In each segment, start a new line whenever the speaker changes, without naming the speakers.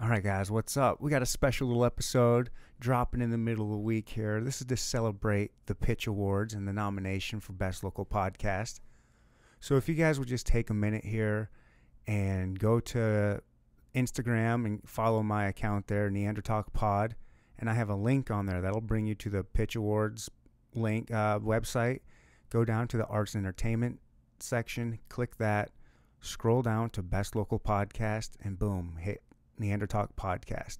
All right, guys, what's up? We got a special little episode dropping in the middle of the week here. This is to celebrate the Pitch Awards and the nomination for Best Local Podcast. So, if you guys would just take a minute here and go to Instagram and follow my account there, Neandertalk Pod, and I have a link on there that'll bring you to the Pitch Awards link uh, website. Go down to the Arts and Entertainment section, click that, scroll down to Best Local Podcast, and boom, hit Neandertalk Podcast.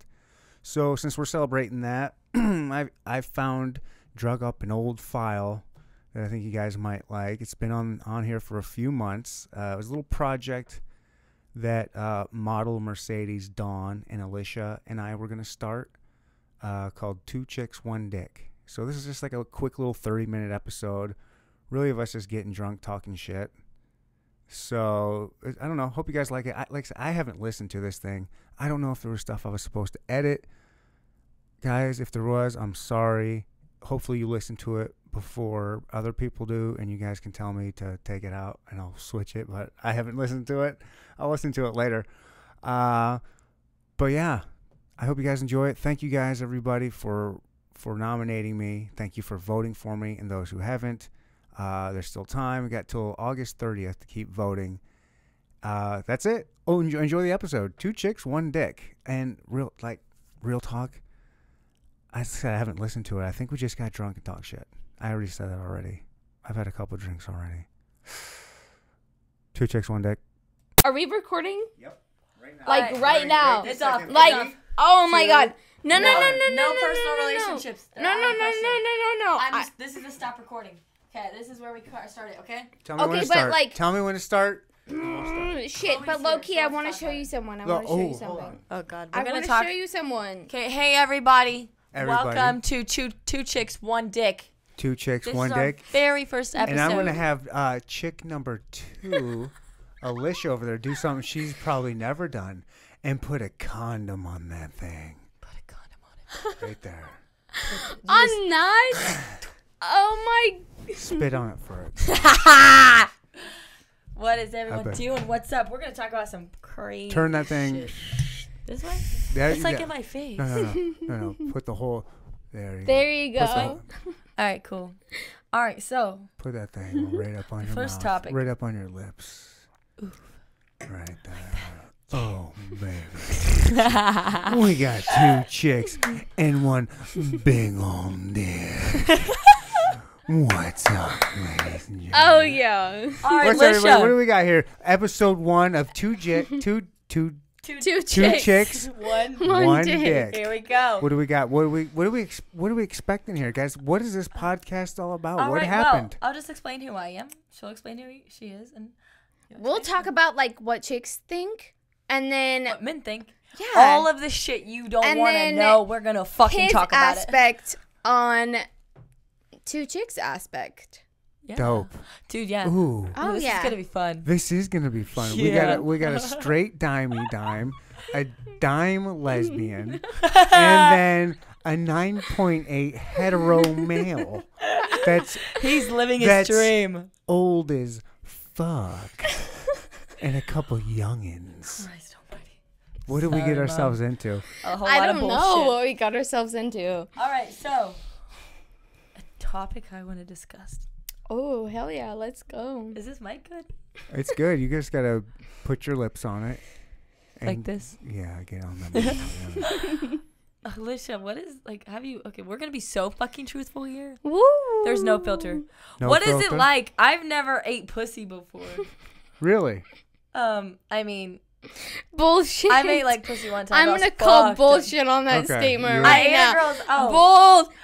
So since we're celebrating that, I I found drug up an old file that I think you guys might like. It's been on on here for a few months. Uh, it was a little project that uh, model Mercedes Dawn and Alicia and I were gonna start uh, called Two Chicks One Dick. So this is just like a quick little thirty minute episode, really of us just getting drunk talking shit. So I don't know. Hope you guys like it. I, like I said, I haven't listened to this thing. I don't know if there was stuff I was supposed to edit, guys. If there was, I'm sorry. Hopefully you listen to it before other people do, and you guys can tell me to take it out and I'll switch it. But I haven't listened to it. I'll listen to it later. Uh, but yeah, I hope you guys enjoy it. Thank you guys, everybody, for for nominating me. Thank you for voting for me, and those who haven't. Uh, there's still time. We got till August 30th to keep voting. Uh, that's it. Oh, enjoy, enjoy the episode. Two chicks, one dick, and real like real talk. I said I haven't listened to it. I think we just got drunk and talked shit. I already said that already. I've had a couple drinks already. Two chicks, one dick.
Are we recording?
Yep. Right now.
Like
Alright.
right now?
It's off. It's
Like,
off.
oh my
Two.
god! No, no, no, no, no,
no
no, no,
personal
no, no.
relationships.
No, no, no, no, no, no, no.
I'm
I-
just, this is a stop recording. Okay, this is where we ca- started. Okay.
Tell me when
Okay,
to
but,
start.
like-
Tell me when to start.
Mm, Shit,
Always
but
here,
low key,
so
I
it's
want to
not
show
bad.
you someone. I
Look,
want to show you
oh, hold
something.
on.
Oh God,
I want to show you someone.
Okay, hey everybody.
Everybody.
Welcome to two, two Chicks One Dick.
Two chicks,
This
one
is our
dick.
very first episode.
And I'm gonna have uh, chick number two, Alicia over there, do something she's probably never done, and put a condom on that thing
Put a condom on it.
right there.
On night. Oh my.
Spit on it for it.
What is everyone
bet.
doing? What's up? We're gonna talk about some crazy.
Turn that thing.
This way.
There
It's
you
like
go.
in my face.
No, no, no, no, no. Put the whole. There you
There you
go. Put, the-
go.
All right, cool. All right, so
put that thing right up on your
First
mouth,
topic.
Right up on your lips. Right there. Oh baby, we got two chicks and one big old dick. What's up, ladies and gentlemen?
Oh yeah.
all right,
What's everybody? What do
Lisha.
we got here? Episode one of two jet two two
Two chicks.
two chicks,
One.
one,
dick.
dick.
Here we go.
What do we got? What do we what do we ex- what are we expecting here, guys? What is this podcast all about?
All
what
right,
happened?
Well, I'll just explain who I am. She'll explain who she is, and
We'll talk about like what chicks think, and then
what men think.
yeah,
All of the shit you don't
And
want to
then
know, we're gonna fucking
his
talk about it.
aspect on two chicks aspect.
Yeah.
Dope.
dude. Yeah.
Ooh,
Oh
this
yeah.
is gonna be fun.
this is gonna be fun. We got
Yeah.
a we got a straight dimey dime, a dime lesbian, and then a nine point eight hetero male. That's
He's living
That's-
his dream.
old as fuck, and a couple youngins.
Christ almighty.
What did we
Sorry,
get
Mom.
ourselves into?
A whole
I
lot
don't
of
know
bullshit.
what we got ourselves into.
All right, so a topic I want to discuss.
Oh hell yeah, let's go.
Is this mic good?
It's good. You just gotta put your lips on it.
Like
and-
this,
Yeah, get on that.
Alicia. What is like? Have you? Okay, we're gonna be so fucking truthful here.
Woo.
There's no filter.
No
What is
filter?
it like? I've never ate pussy before.
Really?
um, I mean,
bullshit.
I ate like pussy one time.
I'm
I was
gonna call
fucked.
bullshit on that
Okay,
statement
you're
I
right
ate
now.
girls. Oh,
Bull
Are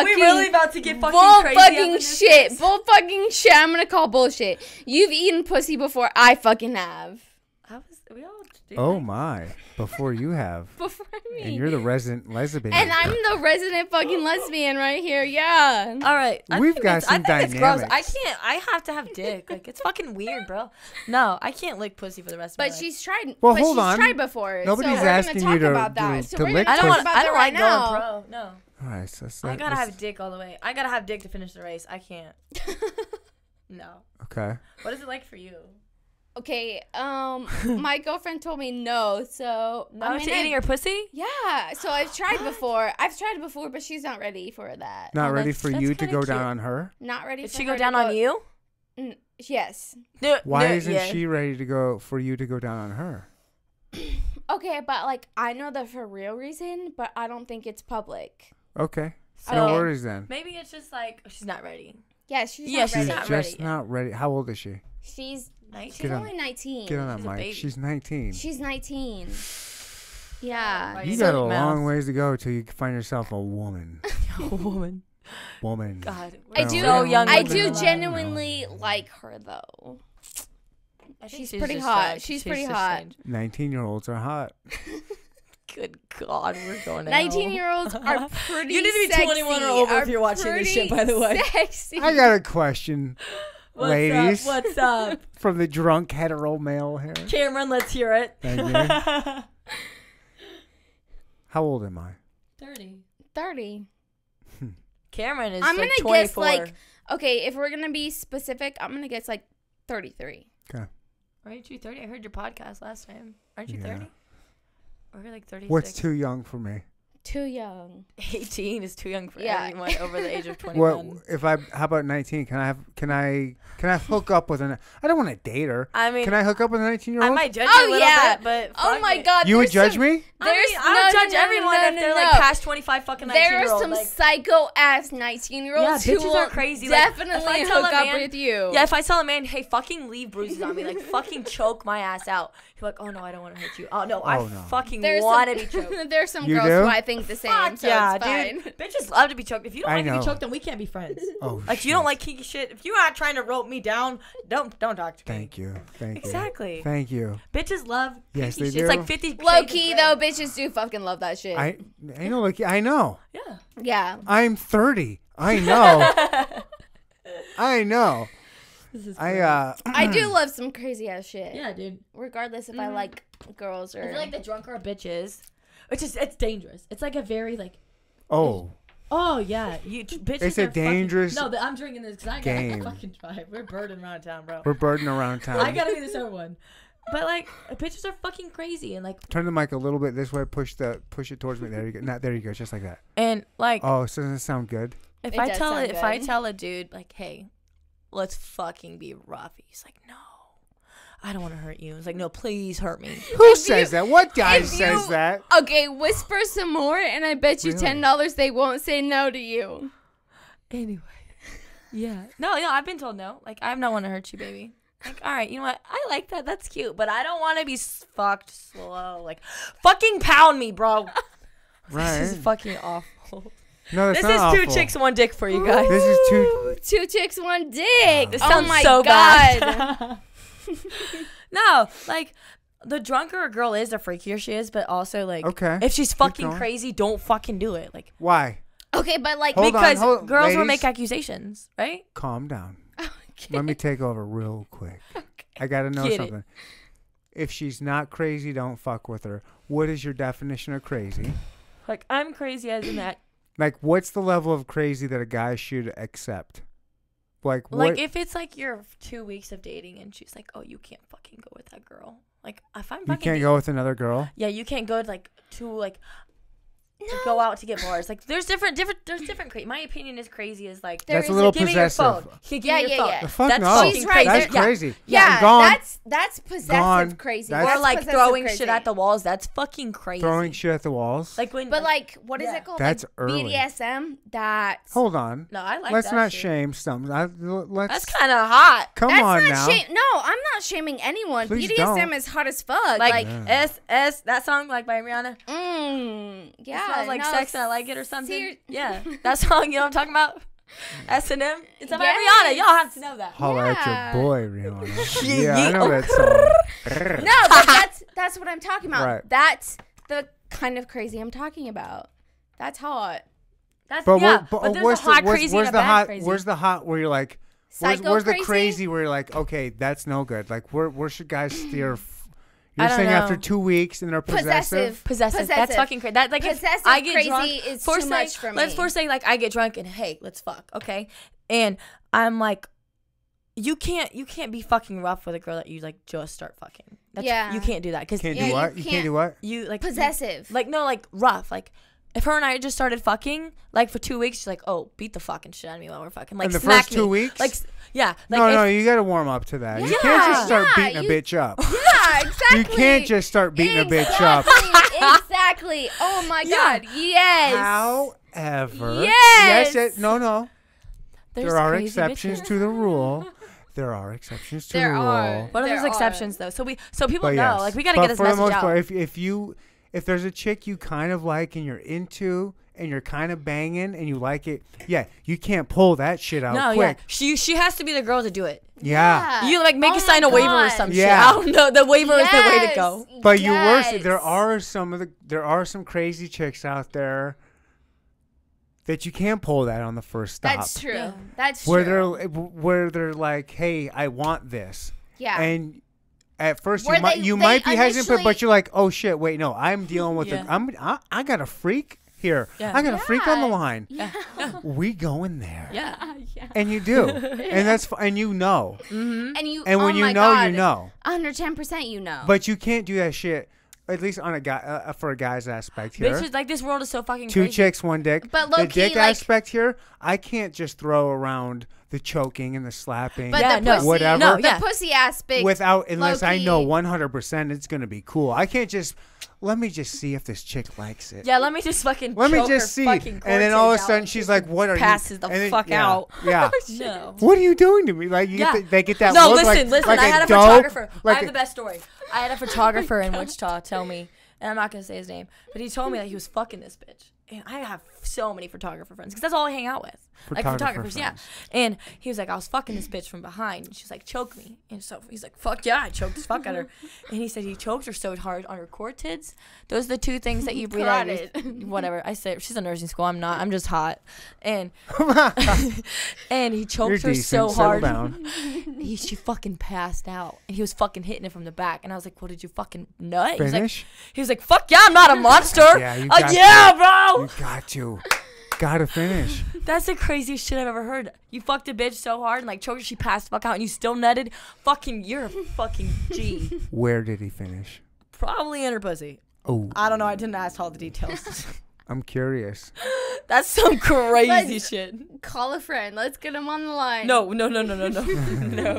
fucking
we really about to get fucking
bull
crazy? up in
fucking
this
shit.
place?
Bull fucking shit. I'm gonna call bullshit. You've eaten pussy before. I fucking have.
I was, we all do
Oh
that.
my! Before you have,
Before me.
and you're the resident lesbian.
And I'm the resident fucking lesbian right here. Yeah.
All right, I
We've
think
got
it's- I
some
think it's gross. I
dynamics.
can't. I have to have dick. Like it's fucking weird, bro. No, I can't lick pussy for the rest of my
But
life.
she's tried.
Well,
but
hold
she's
on.
tried before.
Nobody's
so we're
asking you
gonna talk
to-
about that.
to-
so
to
we're
lick
gonna
I don't
talk
pussy.
want.
about
I don't
that
like
right now.
going pro. No,
All right, so let's,
I
let-
gotta
let's-
have dick all the way. I gotta have dick to finish the race. I can't. No.
Okay.
Oh, What is it like for you?
Okay, um, my girlfriend told me no, so
Not
I mean,
to
I-
eating your pussy?
yeah. So I've tried before. I've tried before, but she's not ready for that.
Not
Oh,
ready
that's-
for
that's
you to
kinda
go
cute.
down on her.
Not ready.
Did
for
she
her
go
to
down on you?
N- yes.
No,
Why
no,
isn't
yeah.
she ready to go for you to go down on her?
Okay, but like I know the for real reason, but I don't think it's public.
Okay.
So-
no worries then.
Oh, Maybe it's just like oh, she's not ready.
Yeah, she's
Yeah,
not
she's
She's
ready.
not ready
just
yet.
not ready. How old is she?
She's
Nice.
she's
on-
only nineteen.
Get on
She's
that
a
mic.
baby.
She's 19.
She's nineteen. Yeah.
Like-
you
Shut
got a
your
long
mouth.
ways to go till you find yourself a woman.
woman.
Woman.
God,
I
we're
do.
So young.
I
women
do
alive.
genuinely like her though.
I think
She's pretty hot. She's pretty
just
hot.
strange.
19 year olds are hot.
Good God, we're going. to hell.
Nineteen-year-olds are pretty.
You need to be
sexy,
21 or over if
are
you're watching this shit,
pretty
by the way.
Sexy.
I got a question
What's
Ladies.
up? What's up,
from the drunk hetero male here.
Cameron? Let's hear it.
Thank you. How old am I? Hmm.
Thirty.
Thirty.
Cameron is.
I'm
like
gonna guess,
24.
like- Okay, if we're gonna be specific, I'm gonna guess like 33.
Aren't you 30? I heard your podcast last time. Aren't you
Yeah.
30? Or you're like 36?
What's too young for me?
Too young.
18 is too young for
Yeah.
anyone over the age of 21.
What if I? How about 19? Can I have? Can I? Can I hook up with an? I don't want to date her.
I mean,
Can I hook up with a 19 year
I
old?
might judge
Oh,
you a little
yeah.
bit, but
Oh
fuck
my
it.
god.
You would
there's
judge
some-
me?
I mean,
There's
I would
no,
judge
no, no,
everyone
no,
if
no,
they're
no.
like past 25 fucking 19
There
year
are
old.
some
like,
psycho ass 19 year olds
Yeah,
who
bitches
will
are crazy. Like, if
definitely
I tell
hook
a
up
man-
with you.
yeah, if I tell a man, hey, fucking leave bruises on me, like fucking choke my ass out. You're like, oh no, I don't want to hurt you. Oh no, I
Oh, no.
fucking
There's
want
some,
to be choked.
there's some
You
girls
do?
who I think the same.
Fuck
so
yeah,
it's fine.
dude. Bitches love to be choked. If you don't
I
like to
know.
be choked, then we can't be friends.
Oh,
Like you don't
shit.
like kinky shit. If you're not trying to rope me down, don't don't talk to me.
Thank you. Thank
Exactly.
you. Thank you.
Bitches love
Yes,
kinky
they
shit. It's
do.
like fifty.
Low
shades of
key
gray.
though, bitches do fucking love that shit.
I. I know. Like I know.
Yeah.
yeah.
I'm 30. I know. I know.
This is
I uh.
I do love some crazy ass shit.
yeah, dude.
Regardless if I like girls or
Mm-hmm. I feel like the drunker a bitch is, which is it's dangerous. It's like a very like
Oh,
oh yeah, you t- bitches.
It's a
are fucking-
dangerous
no, th- I'm drinking this because I
game.
gotta fucking drive. We're burning around town, bro.
we're burdened around town.
I gotta be the sober one. But like bitches are fucking crazy and like
Turn the mic a little bit this way. Push the push it towards me. There you go. Not there you go. Just like that.
and like
Oh, so doesn't it sound good?
if
It
I
does
tell
sound
it, if I
good.
tell a dude like, hey, let's fucking be rough. He's like, no, I don't want to hurt you. It's like, no, please hurt me.
Who says that? What guy
if
says
you-
that?
Okay, whisper some more and I bet you
Really?
ten dollars they won't say no to you.
Anyway. Yeah. No, no, I've been told no. Like, I'm not want to hurt you, baby. Like, all right, you know what? I like that. That's cute, but I don't want to be s- fucked slow. Like, fucking pound me, bro.
Right.
This is fucking awful.
no, that's
This is
not
two
awful.
chicks, one dick for you guys.
This is two.
Ooh, two chicks, one dick.
This
oh
sounds
my
so
god.
bad. no, like the drunker a girl is, the freakier she is. But also, like,
Okay,
if she's fucking
going.
crazy, don't fucking do it. Like,
Why?
Okay, but like
Hold on,
because
hold-
girls will
ladies.
make accusations, right?
Calm down. Let me take over real quick. I gotta know
Get it.
something. If she's not crazy, don't fuck with her. What is your definition of crazy?
Like, I'm crazy as in that.
Like, what's the level of crazy that a guy should accept? Like, what?
Like, if it's like your two weeks of dating and she's like, "Oh, you can't fucking go with that girl." Like, if I'm fucking
you can't
dating-
go with another girl.
Yeah, you can't go to like to like to go out to get bars. Like, there's different, different, there's different. Cra- my opinion is crazy is like.
There
That's a
is a-
little
Give me your phone.
possessive.
Yeah, give
Yeah,
me your
yeah,
phone.
yeah.
The fuck
That's
no.
fucking
She's right,
That's
there- yeah.
crazy.
yeah,
gone.
that's that's possessive
Gone.
crazy.
That's-
That's
or like
possessive
throwing
crazy.
shit at the walls. That's fucking crazy.
Throwing shit at the walls.
like when,
But like, what is
Yeah.
it called?
That's
like,
early.
BDSM. That's
Hold on.
no, I like
let's
that
not
shit.
shame something. I, let's
That's kind of hot.
come
that's
on
not
now.
shame. No, I'm not shaming anyone.
Please
BDSM
don't.
is hot as fuck. Like,
Like, S S that song like by Rihanna.
mm, yeah,
it smells like
no,
sex and I like it or something.
ser-
yeah, that song. You know what I'm talking about? S and M. It's about
Yes.
Rihanna. Y'all have to know that.
Holla
Yeah.
at your boy, Rihanna.
Yeah,
yeah, I
yeah.
know that song.
No, but that's that's what I'm talking about.
Right.
That's the kind of crazy I'm talking about. That's hot.
That's
But,
yeah.
what,
But,
but,
there's
where's
a hot
the, where's,
crazy
where's
and a
the
bad
hot?
crazy.
Where's the hot? Where you're like, where's,
Psycho
where's the
crazy?
crazy? Where you're like, okay, that's no good. Like, where where should guys steer? F-
I
you're
don't
saying after
know.
two weeks and they're possessive.
Possessive.
possessive. That's
Possessive.
fucking crazy. That like if
Possessive
I get
crazy
drunk,
is
for
too
say-
much for
Let's
me.
for say like I get drunk and hey, let's fuck, okay? And I'm like, you can't you can't be fucking rough with a girl that you like just start fucking. That's,
Yeah.
you can't do that because
Can't
Yeah,
do
you
what? You can't,
can't.
do what?
you like
Possessive.
Like no, like rough. Like if her and I just started fucking, like for two weeks, she's like, "Oh, beat the fucking shit out of me while we're fucking." Like
In the
smack
first two
me.
weeks?
Like s- yeah, like
no,
if,
no, you got to warm up to that. You can't just
Yeah.
start
Yeah,
beating
you-
a bitch up.
yeah, exactly.
You can't just start beating a bitch up.
Exactly, exactly. Oh my
Yeah.
god. Yes.
However,
Yes.
yes, it, no, no.
there's
there are
crazy
exceptions
bitches.
to the rule. There are exceptions to
There
the rule.
are.
What are
There
those
are.
exceptions though? So we so people
But
know
yes.
like we gotta
But
get this
for the
message
most
out.
Part, if if you if there's a chick you kind of like and you're into and you're kind of banging and you like it, yeah, you can't pull that shit out
no, yeah,
quick.
she she has to be the girl to do it.
Yeah.
You like make
Oh
her sign
my
a waiver or
God.
some
Yeah.
shit. I don't know. The waiver is the way to go.
Yes,
But you were s- there
yes.
are some of the there are some crazy chicks out there that you can pull that on the first stop.
That's true.
Yeah.
That's
Where
true.
they're eh, where they're like, "Hey, I want this."
yeah.
And at first
Where
you might
they-
you
they
might be hesitant, but
initially-
you're like, "Oh shit, wait, no, I'm dealing with
Yeah.
the I'm I, I got a freak here.
Yeah.
I got a freak on the
Yeah.
line.
Yeah.
We going there."
Yeah.
yeah.
And you do. And that's f- and you know.
Mm. Mm-hmm.
And you.
And
oh
when you
my
know,
God,
you know.
110% you
Oh.
know.
But you can't do that shit at least on a guy uh, for a guy's aspect here.
Bitches like this world is so fucking
two
crazy.
chicks, one dick.
But
the
low-key,
dick
like-
aspect here, I can't just throw around the choking and the slapping
but
Yeah,
the
no.
pussy,
Whatever.
No,
the
yeah.
pussy aspect
without unless I know
low-key-
100% it's going to be cool. I can't just let me just see if this chick likes it.
Yeah, let me just fucking.
Let me
choke her
just see.
fucking
And then all of a
cortex out.
sudden she's like, "What are you?"
passes the
and then-
fuck
yeah,
out.
Yeah.
no.
What are you doing to me? Like you
Yeah.
get the, they get that
no,
look like,
listen, listen.
like
I had a,
dope-
photographer.
like
I have
a-
the best story. I had a photographer in Wichita tell me, and I'm not gonna say his name, but he told me that he was fucking this bitch. And I have so many photographer friends because that's all I hang out with, like
Photographer
photographers.
friends.
Yeah. And he was like, I was fucking this bitch from behind, and she's like, choke me. And so he's like, fuck yeah, I choked this fuck at her. And he said he choked her so hard on her cortids. Those are the two things that you breathe out. of your- Whatever. I said she's in nursing school. I'm not. I'm just hot. And and he choked
You're
her
decent.
so
settle
hard
down.
he, she fucking passed out and he was fucking hitting it from the back and i was like what did you fucking nut He was
Finish.
like, he was like fuck yeah i'm not a monster
Yeah, you
Uh,
got
yeah
you
bro
got to. Got to finish.
that's the craziest shit i've ever heard you fucked a bitch so hard and like choked her she passed the fuck out and you still nutted fucking you're a fucking g
Where did he finish?
probably in her pussy
Oh,
i don't know i didn't ask all the details
I'm curious.
that's some crazy
Like-
shit
Call a friend. Let's get him on the line.
no no no no no no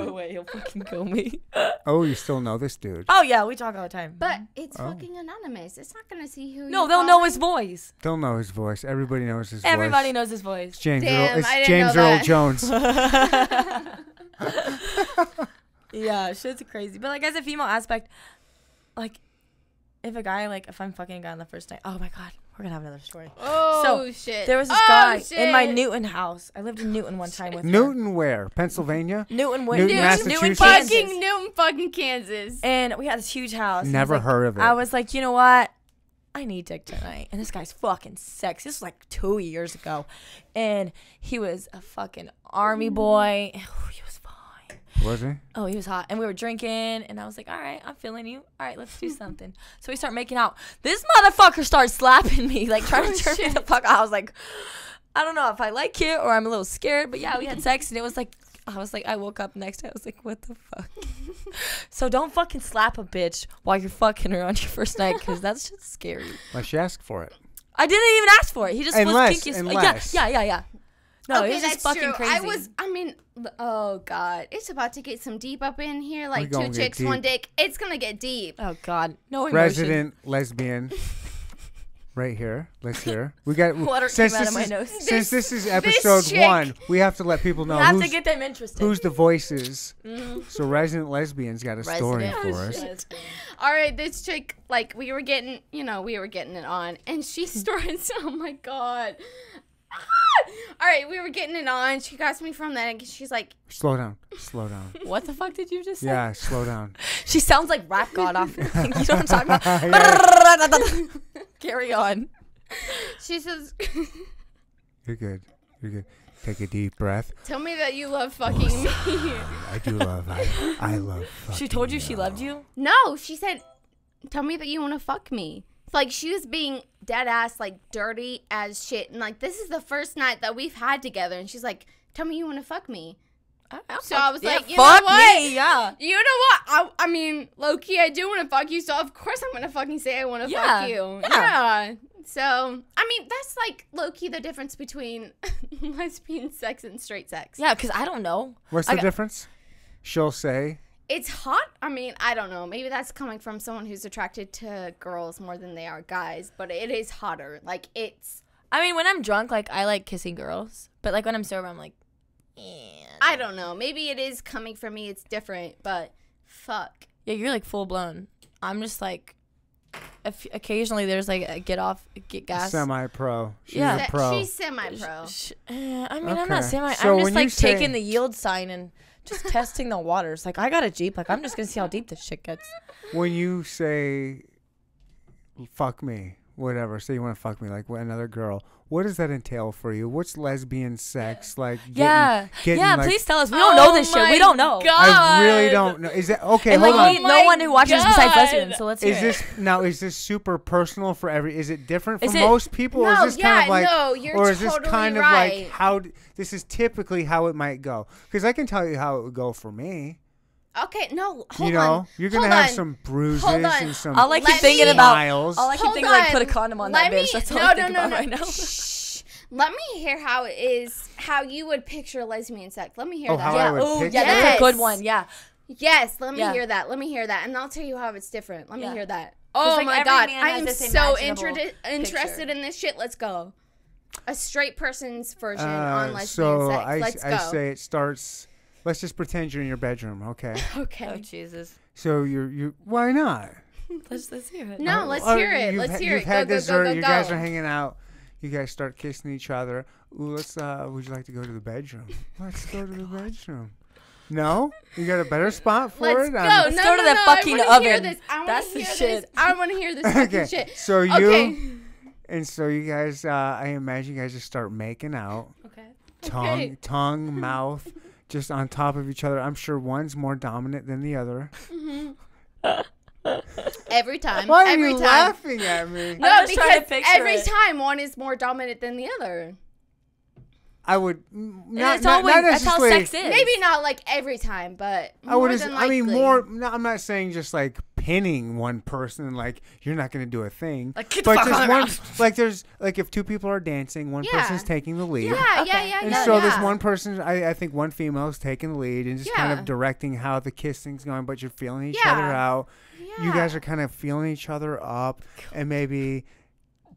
no way he'll fucking kill me
Oh, you still know this dude.
oh yeah we talk all the time
But it's
Oh.
fucking anonymous. It's not gonna see who.
no
you're
they'll know
calling.
his voice
Don't know his voice. Everybody knows his
everybody
voice.
knows his voice
It's James
Damn,
Earl, it's
I didn't
James
know
Earl
that.
Jones.
yeah, shit's crazy. But like as a female aspect, like if a guy like if I'm fucking a guy on the first night, oh my god, we're gonna have another story.
Oh
So,
shit.
There was this
Oh,
guy in my
shit.
Newton house. I lived in Newton one time with her.
Newton where? Pennsylvania?
Newton, Win-
Newton,
Newton,
Massachusetts?
Kansas.
Fucking Newton, fucking Kansas.
And we had this huge house. and I was
Never
like-
heard of it.
I was like, you know what? I need dick tonight. And this guy's fucking sex. This was like two years ago. And he was a fucking
Mm.
army boy. he was fine.
was he?
Oh, he was hot. And we were drinking, and I was like, all right, I'm feeling you. All right, let's do something. So we start making out. This motherfucker starts slapping me, like trying
Oh,
to turn me the fuck out. I was like, I don't know if I like it or I'm a little scared, but yeah, we had sex, and it was like, I was like, I woke up next day. I was like, what the fuck? so don't fucking slap a bitch while you're fucking her on your first night, because that's just scary.
Unless you ask for it.
I didn't even ask for it. He just
Unless-
was kinky. as-
unless.
Yeah, yeah, yeah, yeah. No, it
okay,
was
that's
just fucking
true.
crazy.
I was. I mean, l- oh god, it's about to get some deep up in here. Like
gonna
two
get
chicks, one
deep.
dick. It's gonna get deep.
Oh God, no emotion.
Resident lesbian. Right here. Let's hear. We got
Water
since
came out
this
of my
is,
nose.
Since this is
this
episode
chick-
one, we have to let people know
I have to
who's,
get them interested.
who's the voices. So resident lesbian's got a story
Resident.
for us.
All right, this chick, like we were getting, you know, we were getting it on, and she starts. Oh my god. Ah! All right, we were getting it on. She got me from that. and She's like,
Slow down. Slow down.
What the fuck did you just say?
Yeah, slow down.
She sounds like rap god off. you know what I'm talking about? Carry on.
she says,
You're good. You're good. Take a deep breath.
"Tell me that you love fucking me."
I do love. I, I love.
She
fucking
told you she loved you?
No, she said, "Tell me that you want to fuck me." Like she was being dead ass, like dirty as shit, and like this is the first night that we've had together, and she's like, "Tell me you want to fuck me."
I'll
So
fuck-
I was
yeah,
like, you know
fuck
what?
me, yeah.
You know what? I, I mean, Loki, I do want to fuck you, so of course I'm gonna fucking say I want to
Yeah.
fuck you.
Yeah.
Yeah. So I mean, that's like Loki, the difference between lesbian sex and straight sex.
Yeah, because I don't know.
What's
I
the
got-
difference? She'll say,
It's hot. I mean, I don't know. Maybe that's coming from someone who's attracted to girls more than they are guys, but it is hotter. Like it's.
I mean, when I'm drunk, like I like kissing girls, but like when I'm sober, I'm like, eh.
I don't know. Maybe it is coming from me. It's different, but fuck.
yeah, you're like full blown. I'm just like, if occasionally there's like a get off, get gas.
semi pro. She's
Yeah.
a pro.
She's semi-pro.
Sh- uh, I mean, I'm not
Okay.
semi.
So when
I'm just
you
like
say-
taking the yield sign and just testing the waters. Like I got a jeep. Like I'm just gonna see how deep this shit gets.
when you say, fuck me, whatever, say you want to fuck me, like with another girl, what does that entail for you? What's lesbian sex like? getting-
yeah,
getting,
yeah.
like-
please tell us. We don't know this
Oh
shit. We
my
don't know.
God.
I really don't know. Is that okay?
And
hold on.
like we, no
Oh
one who watches this besides
my
lesbians.
God.
So let's hear
Is
it.
this now? Is this super personal for every? Is it different for
Is it-
most people? or is
No,
this kind of
yeah,
like,
no, you're
or is this
totally
kind of like
right.
how? d- This is typically how it might go. Because I can tell you how it would go for me.
Okay, no. Hold
you know,
on.
you're gonna
Hold
have
on.
some bruises
on.
and some
I'll like keep
Let
thinking
me-
about.
Miles.
All I can
Hold
think of, like
on.
put a condom on that
Let
bitch.
me-
That's all
no,
I
no,
think
no,
about
no.
right now.
Shh. Let me hear how it is, how you would picture lesbian sex. Let me hear
Oh,
that.
how I
Yeah.
would
Oh, yeah.
pick
That's a
that.
good one. Yeah.
Yes, let me
Yeah.
hear that. Let me hear that, and I'll tell you how it's different. Let
Yeah.
me hear that. Oh
like,
my
every
god,
man
I
has
am
this
so
imaginable
inter- interested
picture.
in this shit. Let's go. A straight person's version on
Uh,
lesbian
so
sex.
I, s-
Let's
I
go.
say it starts. Let's just pretend you're in your bedroom, okay?
okay.
Oh, Jesus.
So you're you. Why not?
Let's let's hear it.
No, let's
Or
hear it.
you've
Let's
ha-
hear
you've
it.
had
Go, go,
dessert.
go, go,
You guys
go.
are hanging out. You guys start kissing each other. Ooh, let's. Uh, would you like to go to the bedroom? Let's go
Oh
to the bedroom. No, you got a better spot for
Let's
it.
go.
I'm-
no,
Let's go to
no,
the
no,
fucking
I wanna Hear
oven.
this. I wanna
That's the
hear
shit.
This. I want to hear this fucking
Okay,
shit.
so you-
Okay.
And so you guys, uh, I imagine you guys just start making out,
Okay.
tongue,
Okay.
tongue, mouth, just on top of each other. I'm sure one's more dominant than the other.
Every time.
Why are
every
you
time.
laughing at me?
No,
I'm just trying to
because
picture
every
it.
time one is more dominant than the other.
I would mm, not,
That's
not,
always
not
that's how
necessarily.
sex is.
Maybe not like every time, but
I
more
would. as-
than
Oh, I mean,
likely.
more. No, I'm not saying just like pinning one person. Like you're not going to do a thing.
Like, get the
but
fuck
just
on the
one.
ground.
Like there's like if two people are dancing, one
Yeah.
person's taking the lead.
Yeah, yeah, yeah,
Okay.
yeah.
And
yeah,
so this one person, I, I think one female's taking the lead and just kind
Yeah.
of directing how the kissing's going, but you're feeling each
Yeah.
other out. You guys
Yeah.
are kind of feeling each other up and maybe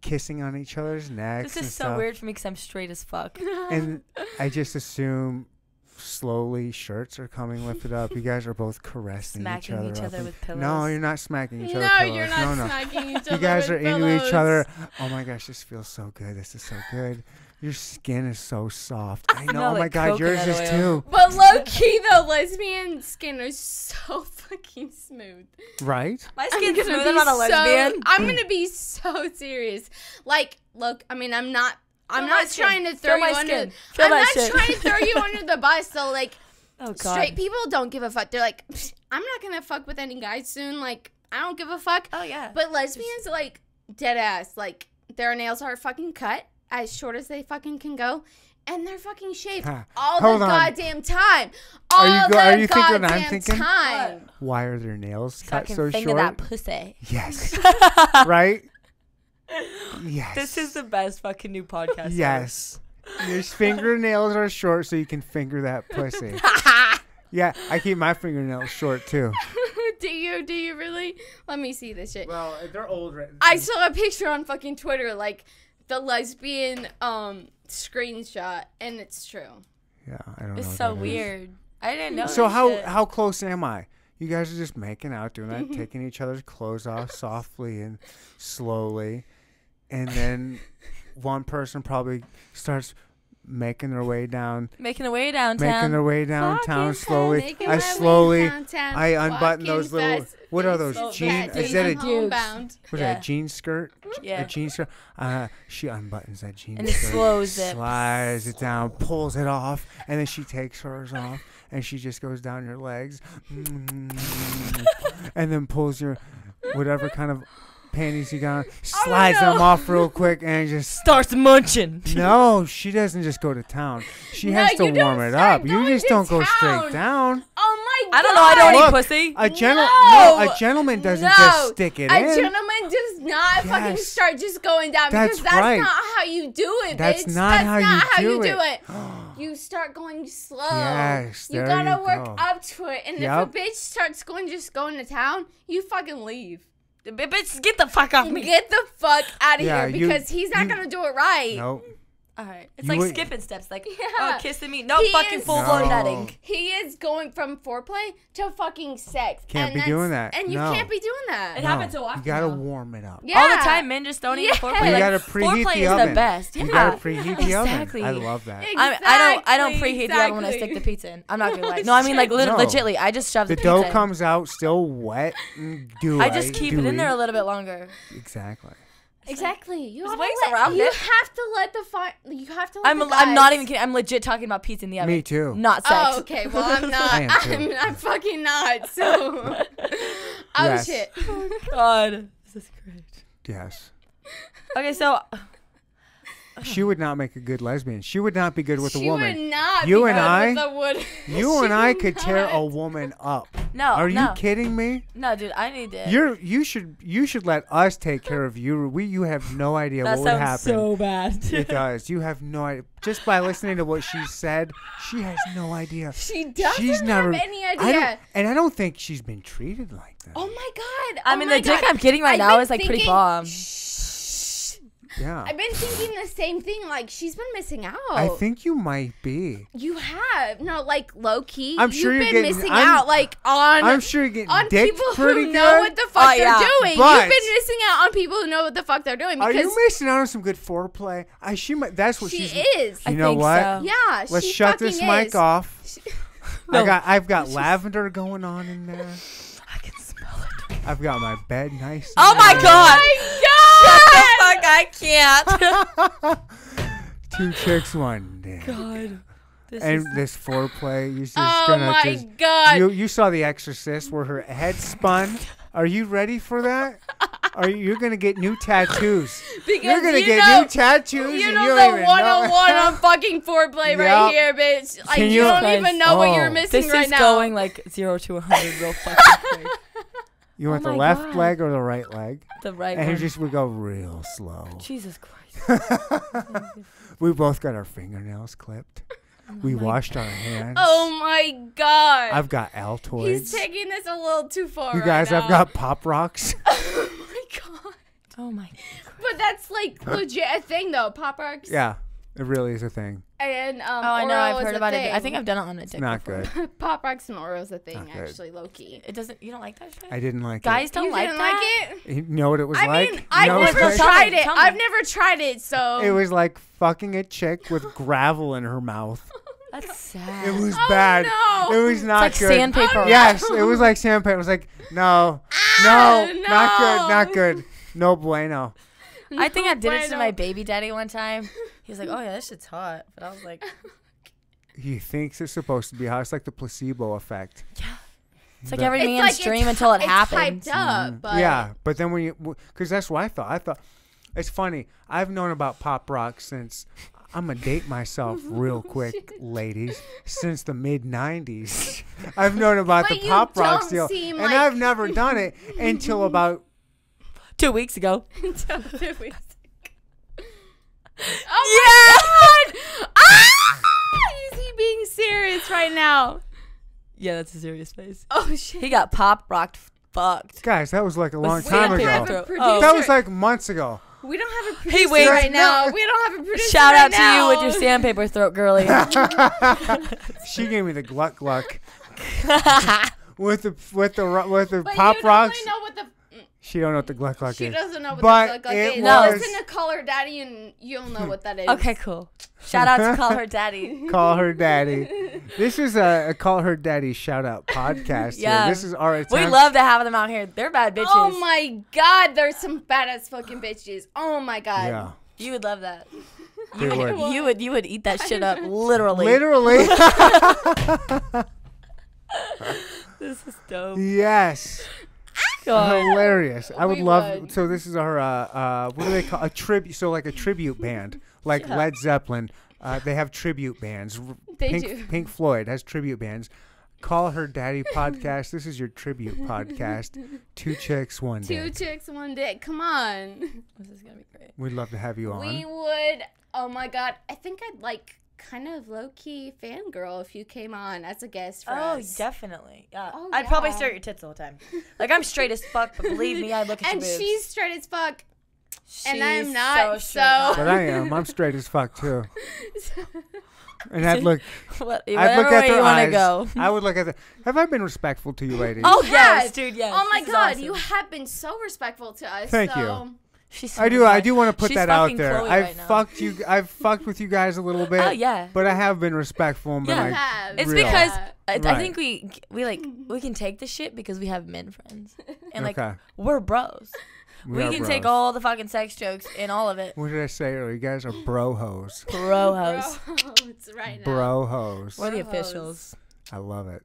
kissing on each other's necks.
This is
and
so
stuff.
weird for me because I'm straight as fuck.
And I just assume slowly shirts are coming lifted up. You guys are both caressing each
Smacking
other.
each
up
other
and-
with
No,
pillows.
you're not smacking each other.
No,
pillows.
you're
no,
not
no.
smacking each other.
You guys are
with
into each
pillows.
other. Oh my gosh, this feels so good. This is so good. Your skin is so soft. I know.
Smell
oh my
like
god, yours
coconut
is
oil.
too.
But low key though, lesbian skin is so fucking smooth.
Right?
My
I'm
skin's
gonna
smooth.
be
I'm not a lesbian.
So,
Mm.
I'm gonna be so serious. Like, look, I mean, I'm not. I'm
Feel my
not
skin.
trying to
Feel
throw
my
you under.
skin. Feel
I'm
that
not
shit.
trying to throw you under the bus. So like,
oh god.
straight people don't give a fuck. They're like, "Psh, I'm not gonna fuck with any guy soon. Like, I don't give a fuck.
Oh yeah.
But lesbians like dead ass. Like their nails are fucking cut as short as they fucking can go, and they're fucking shaved
Huh.
all
Hold
the
on.
goddamn time.
Are
All
you go-
the
are you thinking what I'm
goddamn
thinking?
time.
Why are their nails cut
fucking
so
finger
short?
that pussy.
Yes. right? Yes.
This is the best fucking new podcast.
Yes. Your fingernails are short so you can finger that pussy. yeah, I keep my fingernails short too.
do you? Do you really? Let me see this shit.
Well, mm. they're old. Right?
I saw a picture on fucking Twitter, like the lesbian um screenshot, and it's true.
yeah, I don't know.
It's
what
so
that is.
weird. I didn't know.
So
this
how
shit.
how close am I? You guys are just making out, doing that, taking each other's clothes off softly and slowly, and then one person probably starts making their way down,
making a way
making
downtown?
their way downtown
Fucking
slowly.
Making my
I
way
slowly,
downtown,
I unbutton
walking
those little.
fast,
What are those
faces
jean?
that
Is
do
that a
not-
homebound?
was
Yeah.
that a jean skirt?
Mm-hmm.
Yeah.
A jean skirt. Uh, she unbuttons that jean
And it
skirt,
slows it.
slides it down, pulls it off, and then she takes hers off, and she just goes down your legs, and then pulls your whatever kind of panties you got
Oh,
on, slides them off real quick and just.
Starts munching.
No, she doesn't just go to town. She
No,
has to
you don't
warm it
start
up. You
going
just
to
don't go
town.
straight down.
Oh my god.
I don't know. I don't
Look,
eat pussy.
A gentleman, no.
No.
a gentleman doesn't
no,
just stick it
a
in.
gentleman does not fucking
Yes.
start just going down
That's
because that's
right.
not how you do it.
That's
bitch.
not
that's
how
not
you
how
do
you do
it.
it. You start going slow.
Yes,
you
there
gotta
you
work
go.
up to it. And
Yup.
if a bitch starts going just going to town, you fucking leave.
B- Bitch, get the fuck off me.
Get the fuck out of
Yeah,
here
you-
because he's not
you-
gonna do it right.
Nope.
All right. It's
You
like
would-
skipping steps. Like, oh,
Yeah.
kissing me. No
He
fucking
is-
full blown
No.
nutting.
He is going from foreplay to fucking sex.
Can't
and
be
that's-
doing that.
And you
No.
can't be doing that.
It happens so
You
often
gotta
now.
warm it up.
Yeah.
All the time, men just don't even
Yeah.
foreplay.
You
Like,
gotta preheat
foreplay
the
is
oven.
the best. Yeah.
You gotta preheat the
exactly.
oven. I love that.
I, I don't. I don't preheat
Exactly,
the oven when I stick the
exactly.
pizza in. I'm not gonna lie. No, I mean like lit-
No.
legitly. I just shove the,
The
pizza.
dough
in.
comes out still wet and gooey.
I just keep it in there a little bit longer.
gooey. Exactly.
Exactly. You
There's
have, to
ways
let,
around
you
it.
have to let the fi- You have to. Let
I'm.
the
I'm not
guys-
even kidding. I'm legit talking about pizza in the oven.
Me too.
Not sex.
Oh, okay. Well, I'm not.
I am too.
I'm. I'm fucking not. So. oh
Yes.
shit.
God, this is great.
Yes.
Okay, so
She would not make a good lesbian. She would not be good with
she
a woman.
Would not
You
be
and
good
I-
with a wood-
You
She
and I
would
could tear
not.
a woman up.
no,
Are you
no, Uh,
kidding me?
no, dude, I need it.
You're you should you should let us take care of you. We you have no idea
that
what would
sounds
happen.
so bad.
it does. You have no idea. Just by listening to what she said, she has no idea.
She doesn't
she's
have
never,
any
I don't-
idea.
and I don't think she's been treated like that.
Oh my god.
I
oh
mean,
my
the dick
God.
I'm getting right
I've
now
been
is like pretty
thinking-
bomb.
Shh.
yeah.
I've been thinking the same thing. Like she's been missing out.
I think you might be.
you have no, like low key.
I'm sure
you've
you're
been
getting-
missing
I'm-
out, like on.
I'm sure you're getting
on
dicked
people
pretty
who know
good.
what the fuck
Oh,
they're
yeah.
doing.
But-
You've been missing out on people who know what the fuck they're doing
Are
because
you missing out on some good foreplay? I she might, that's what
she
she's.
is.
You
I
know
think
what?
so.
yeah,
Let's
she
shut
fucking
this mic
is.
off. I
No.
got I've got lavender going on in there.
I can smell it.
I've got my bed nice.
Oh my god! Oh
My
Fuck, I can't.
Two chicks, one dick.
God, this
And
is
this foreplay, you're just
God! Oh
gonna
my
just.
God!
You you saw The Exorcist where her head spun. Are you ready for that? Are you, you're gonna get new tattoos?
because
you're gonna
you
get
know,
new tattoos.
You
and
know
you don't
the
even
one
know.
on one on fucking foreplay
Yep.
right here, bitch. Like
Can
you
you-
don't even know what
Oh.
you're missing
this
right
is
now.
going like zero to a hundred real fucking quick.
You want
Oh my
the left
God.
leg or the right leg?
The right
And
one.
it just would go real slow.
Jesus Christ.
We both got our fingernails clipped.
Oh
We washed our hands.
oh my god!
I've got Altoids.
He's taking this a little too far.
you guys,
right
I've
now.
got Pop Rocks.
Oh my god!
Oh my.
But that's like legit a thing though. Pop rocks.
yeah, it really is a thing.
And um,
Oh, I know.
Oro
I've
is
heard
a
about it. I
thing.
think I've done it on a dick.
Not
before.
good.
Pop rocks and Oro's a thing,
Not good.
actually, low key.
It doesn't. You don't like that shit.
I didn't like
Guys don't
you
like
didn't
that.
like it?
it. You know what it was
I
like?
mean,
You know
I've
what it
never
was like?
tried it.
Tell me.
I've never tried it, so.
It was like fucking a chick with gravel in her mouth.
That's sad.
It was
Oh,
bad.
no.
It was
It's
not
like
good.
sandpaper.
Yes, it was like sandpaper. It was like no, no, not good, not good. No bueno.
I think I did it to
bueno.
my baby daddy one time. He was like, "Oh yeah, this shit's hot," but I was like,
He thinks it's supposed to be hot. It's like the placebo effect.
"It's like
But-
every
It's
man's
like
dream
it's-
until it
it's
happens."
hyped up, but
Mm. yeah, but then when you, because that's what I thought. I thought it's funny. I've known about pop rock since I'm gonna date myself real quick, ladies. Since the mid '90s, I've known about
But
the
you
pop rock
don't
deal,
seem
and
like-
I've never done it until about
Two weeks ago.
Until it was-
yeah.
ah! Is he being serious right now?
yeah, that's a serious face.
Oh shit!
He got pop rocked, fucked.
guys. That was like a long
We
time
don't
ago.
have
a
Throw-
producer.
oh.
That was like months ago.
we don't have a
He
producer
waits.
right
No.
now. We don't have a producer.
Shout
right
out to
now.
you with your sandpaper throat, girly.
She gave me the gluck gluck
That's
with the with the ro- with the
But
pop
you don't
rocks.
Really know what the,
She don't know what the gluck gluck
she
is.
doesn't know what
But
the fuck like
it
is.
was-
Listen to Color Daddy, and you'll know what that is.
okay, cool. Shout out to call her daddy.
Call her daddy. This is a, a call her daddy shout out podcast.
Yeah.
here. this is our attempt.
We love to have them out here. They're bad bitches.
Oh my god, there's some badass fucking bitches. Oh my god.
Yeah,
You would love that.
they would.
What?
You would you would eat that shit up literally.
Literally,
This is dope.
yes.
god.
hilarious. I would
We
love.
would.
So this is our uh, uh, what do they call a tribute? So like a tribute band, like
Yeah.
Led Zeppelin. Uh, they have tribute bands. R-
They
Pink,
do.
Pink Floyd has tribute bands. Call her daddy podcast. This is your tribute podcast. Two chicks, one
Two
day.
chicks, one dick. Come on.
This is gonna be great.
We'd love to have you on.
We would. Oh my god. I think I'd like kind of low key fangirl if you came on as a guest for
Oh,
us.
definitely. Yeah.
Oh,
I'd probably
yeah.
stare at your tits all the time. Like I'm straight as fuck, but believe me, I look at
and
your boobs.
she's straight as fuck. and I'm
She's
not,
straight
so-
but
on.
I am. I'm straight as fuck too. And I'd look.
What-
I'd
Whatever
look at
way you
their
want to
eyes.
go.
I would look at the. Have I been respectful to you, ladies?
Oh
You
yes,
have.
dude. Yes.
oh my
This is
god,
awesome.
you have been so respectful to us.
Thank you.
so.
She's
I do.
fucking
I
fine.
do want to put
She's
that out
fucking
there.
Chloe
I've
right now.
fucked you. I've fucked with you guys a little bit.
Oh yeah.
But I have been respectful and been
Yeah.
You
I-
like,
have.
It's
real.
because
Yeah.
I, I
Right.
think we we like we can take this shit because we have men friends and like
okay,
we're bros. We,
are
can take
bros.
all the fucking sex jokes and all of it.
What did I say earlier? You guys are bro hoes.
Bro hoes.
It's right now.
Bro hoes.
We're the
Bro hoes.
officials. Mm-hmm.
I love it.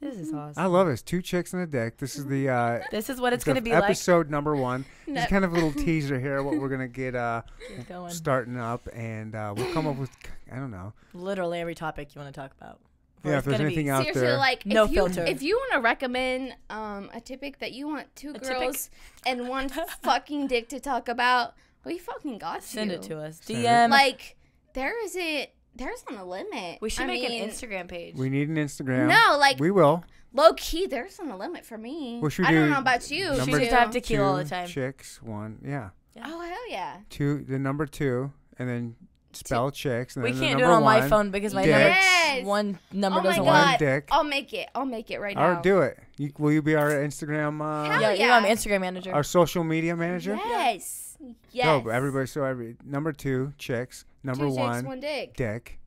This is awesome.
I love it. It's two chicks and a dick. This is the uh,
This is what it's
the
gonna be
episode number one.
No.
It's kind of a little teaser here. What we're gonna get uh,
like. Keep going.
starting up, and uh, we'll come up with I don't know.
Literally every topic you want to talk about. Or
Yeah, if
it's
there's
gonna be
anything out
Seriously,
there.
like
No
if you,
filter.
If you want to recommend um, a topic that you want two
A typic?
girls and one fucking dick to talk about, we fucking got
Send
you.
it to us.
Send it.
DM.
Like there isn't there isn't a limit.
we should
I
make
mean,
an Instagram page.
we uh, need an Instagram.
No, like
we will.
low key, there isn't a limit for me.
Well, should
I don't
we
know
do
about you.
number-
she
Number
should
two.
have tequila all the
Two
time.
Chicks, one, yeah,
Oh hell yeah!
two. The number two, and then spell chicks. And
We
then
can't
the
do it
number
on my
one.
phone because my
Yes.
number one number
oh my
doesn't
One
work.
god!
dick.
I'll make it. I'll make it right
All
now.
right, do it. You, will you be our Instagram, uh,
Hell
Yeah, you're on
Oh, yeah.
Instagram manager.
our social media manager?
Yes. Yes.
Go, but everybody. So every number two, chicks.
Two
Number
chicks,
one,
one dick.
dick.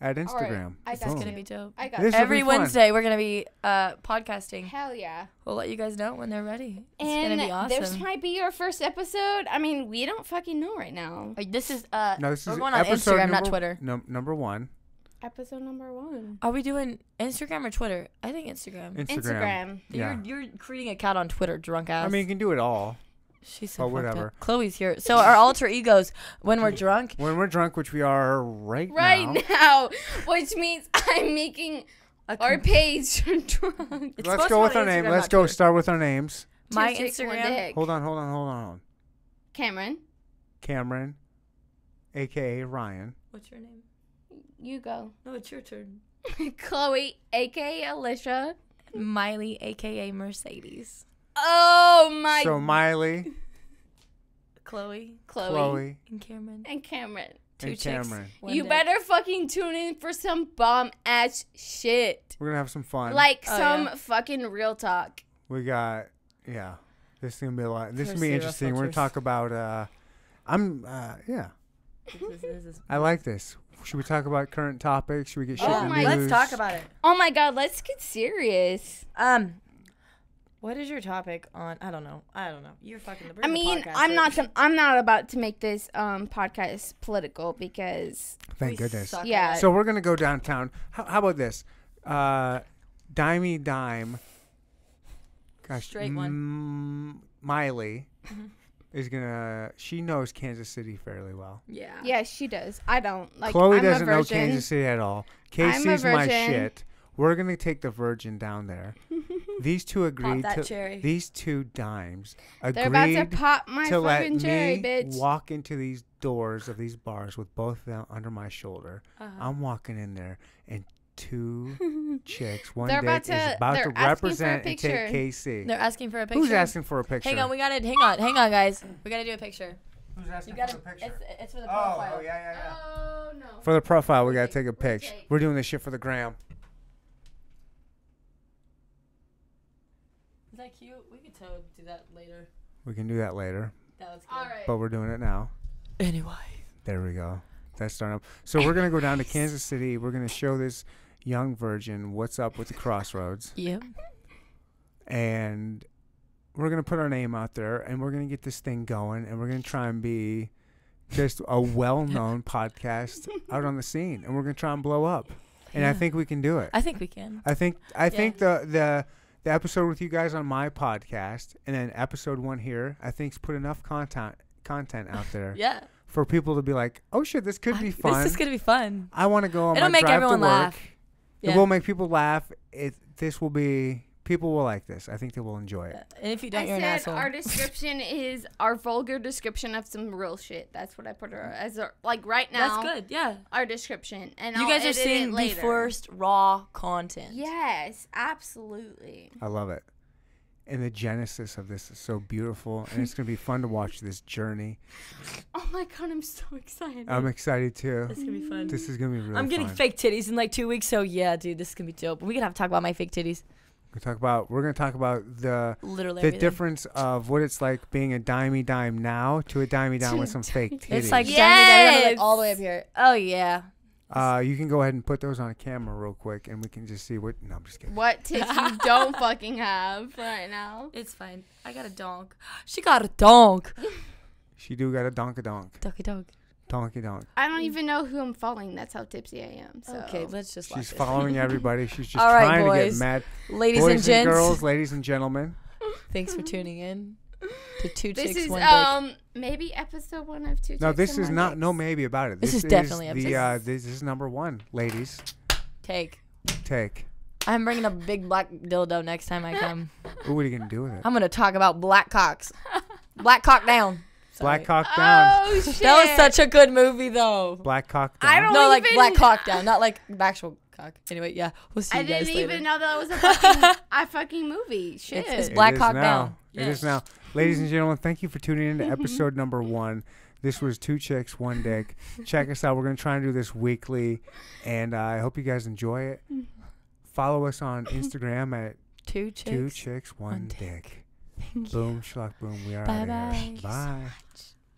At
All right,
Instagram.
I
It's
got
gonna
you.
be dope.
I got
This-
you.
will
Every
be fun.
Wednesday we're gonna be uh, podcasting.
Hell yeah.
We'll let you guys know when they're ready. It's
and
gonna be
this
awesome.
might be your first episode. I mean, we don't fucking know right now.
Wait, this is uh,
No, this
we're
is
going on
episode
Instagram,
number,
not Twitter.
num- number one,
Episode number one.
Are we doing Instagram or Twitter? I think Instagram.
Instagram.
Instagram.
Yeah.
You're you're creating a cat on Twitter, drunk ass.
I mean, you can do it all. oh,
she's so fucked
whatever.
Up. Chloe's here. So our alter egos, when we're drunk,
When we're drunk, which we are right,
Right
now.
now, which means I'm making
a
our
com-
page drunk.
it's
Let's
supposed to
go
be
with
on
our name.
Instagram,
Let's
not
go
Twitter.
start with our names.
My
Two chicks, one
Instagram.
dick.
Hold on, hold on, hold on, hold on.
Cameron,
Cameron, aka Ryan.
What's your name?
you go.
No, it's your turn.
Chloe, aka Alicia.
Miley, aka Mercedes.
Oh my.
so Miley,
Chloe
Chloe,
Chloe,
and Cameron.
and Cameron.
Two
and
chicks.
Cameron.
One
you
dick.
better fucking tune in for some bomb ass shit.
We're gonna have some fun.
Like
Oh,
some
yeah.
fucking real talk.
we got, yeah. This is gonna be a lot. This is gonna be
Tercera
interesting. We're gonna
filters.
talk about. uh I'm, uh yeah.
This is- this is-
I like this. Should we talk about current topics? Should we get shit
Oh
in the
my-
news?
Let's talk about it.
Oh my god, let's get serious.
Um, what is your topic on? I don't know. I don't know. You're fucking. The,
I mean, I'm not gonna, I'm not about to make this um podcast political because
Thank goodness.
Yeah.
So we're gonna go downtown. How, how about this? Uh, Dimey Dime. Gosh,
Straight Mm-hmm.
one. Miley is gonna. She knows Kansas City fairly well.
Yeah.
yeah, she does. I don't like
Chloe
I'm
doesn't
a
know
virgin.
Kansas City at all.
I'm a
Casey's my
virgin.
shit. We're gonna take the virgin down there. These two agreed
that
to
cherry.
these two dimes
They're about
agreed
to pop my
to let
fucking
me
cherry, bitch.
walk into these doors of these bars with both of them under my shoulder.
Uh-huh.
I'm walking in there, and two chicks, one
They're
dick,
about
is
to-
about
they're
to
asking for a
represent and take
picture.
KC.
They're asking for a picture.
Who's asking for a picture?
Hang on, we got to Hang on, hang on, guys. We got to do a picture.
Who's asking
You got to. It's, it's for the profile.
Oh, yeah, yeah.
Oh no.
For the profile, we gotta take a picture.
take.
We're doing this shit for the gram.
Is that cute? We could totally do that later.
We can do that later,
That was good.
All right.
but we're doing it now.
Anyway.
There we go. That's starting up. So we're gonna go down to Kansas City. We're gonna show this young virgin what's up with the crossroads,
Yep.
and we're gonna put our name out there, and we're gonna get this thing going, and we're gonna try and be just a well-known podcast out on the scene, and we're gonna try and blow up. And I
Yeah.
think we can do it.
I think we can.
I think I think the the the episode with you guys on my podcast, and then episode one here, I think's put enough content content out there
Yeah.
for people to be like, "Oh shit, this could be fun."
This is gonna be fun.
I want to go on
It'll
my
make
drive
everyone
to work.
laugh.
It
Yeah.
will make people laugh. It this will be people will like this. I think they will enjoy it.
Uh, And if you don't,
I
you're an
said
asshole.
our description is our vulgar description of some real shit. That's what I put her as. Our, like right now,
That's good. Yeah.
Our description, and
You
I'll
guys are
edit it
seeing the
later.
first raw content.
Yes, absolutely.
I love it. And the genesis of this is so beautiful, and it's gonna be fun to watch this journey.
Oh my god, I'm so excited.
I'm excited too.
It's gonna be fun.
This is gonna be really.
I'm getting
fun.
fake titties in like two weeks, so yeah, dude, this is gonna be dope. We gonna have to talk about my fake titties.
We talk about. We're gonna talk about the
Literally.
the
everything.
difference of what it's like being a dimey dime now to a dimey dime with some fake titties.
It's like
Yes.
Johnny Depp, like, all the way up here. Oh yeah.
uh, you can go ahead and put those on camera real quick, and we can just see what. No, I'm just kidding.
what tits you don't fucking have right now?
It's fine. I got a donk. She got a donk.
She do got a donka donk,
Donkey donk.
donkey donk.
I don't even know who I'm following. That's how tipsy I am. So.
Mm. Okay, let's just
Oh. She's
like
following everybody. She's just
All right,
trying to get
boys.
mad.
Ladies
boys
and gents,
girls, ladies and gentlemen.
thanks for tuning in to Two
This
Chicks
is
One Dick.
um maybe episode one of two.
No,
Chicks
this
and
is
One
not
Dick.
no maybe about it.
This is definitely
the
episode-
uh, this is number one, ladies.
Take.
Take.
I'm bringing a big black dildo next time I come.
Ooh, what are you gonna do with it?
I'm gonna talk about black cocks. Black cock down. Sorry.
Black cock down.
Oh shit!
That was such a good movie though.
Black cock down.
I don't
no, like
even-
black cock down, not like actual cock. Anyway, yeah, we'll see
I
you guys
didn't
later.
even know that was a fucking a fucking movie. Shit.
it's
It
Black
is
Hawk
now.
Down.
It is now. Ladies and gentlemen, thank you for tuning in to episode number one. This was Two Chicks, One Dick. Check us out. We're going to try and do this weekly, and uh, I hope you guys enjoy it.
Mm-hmm.
Follow us on Instagram at
Two chicks.
Two Chicks, One,
One
Dick. Boom, schlock, boom. We are out of here.
Bye-bye. Thank you so
Bye.
much.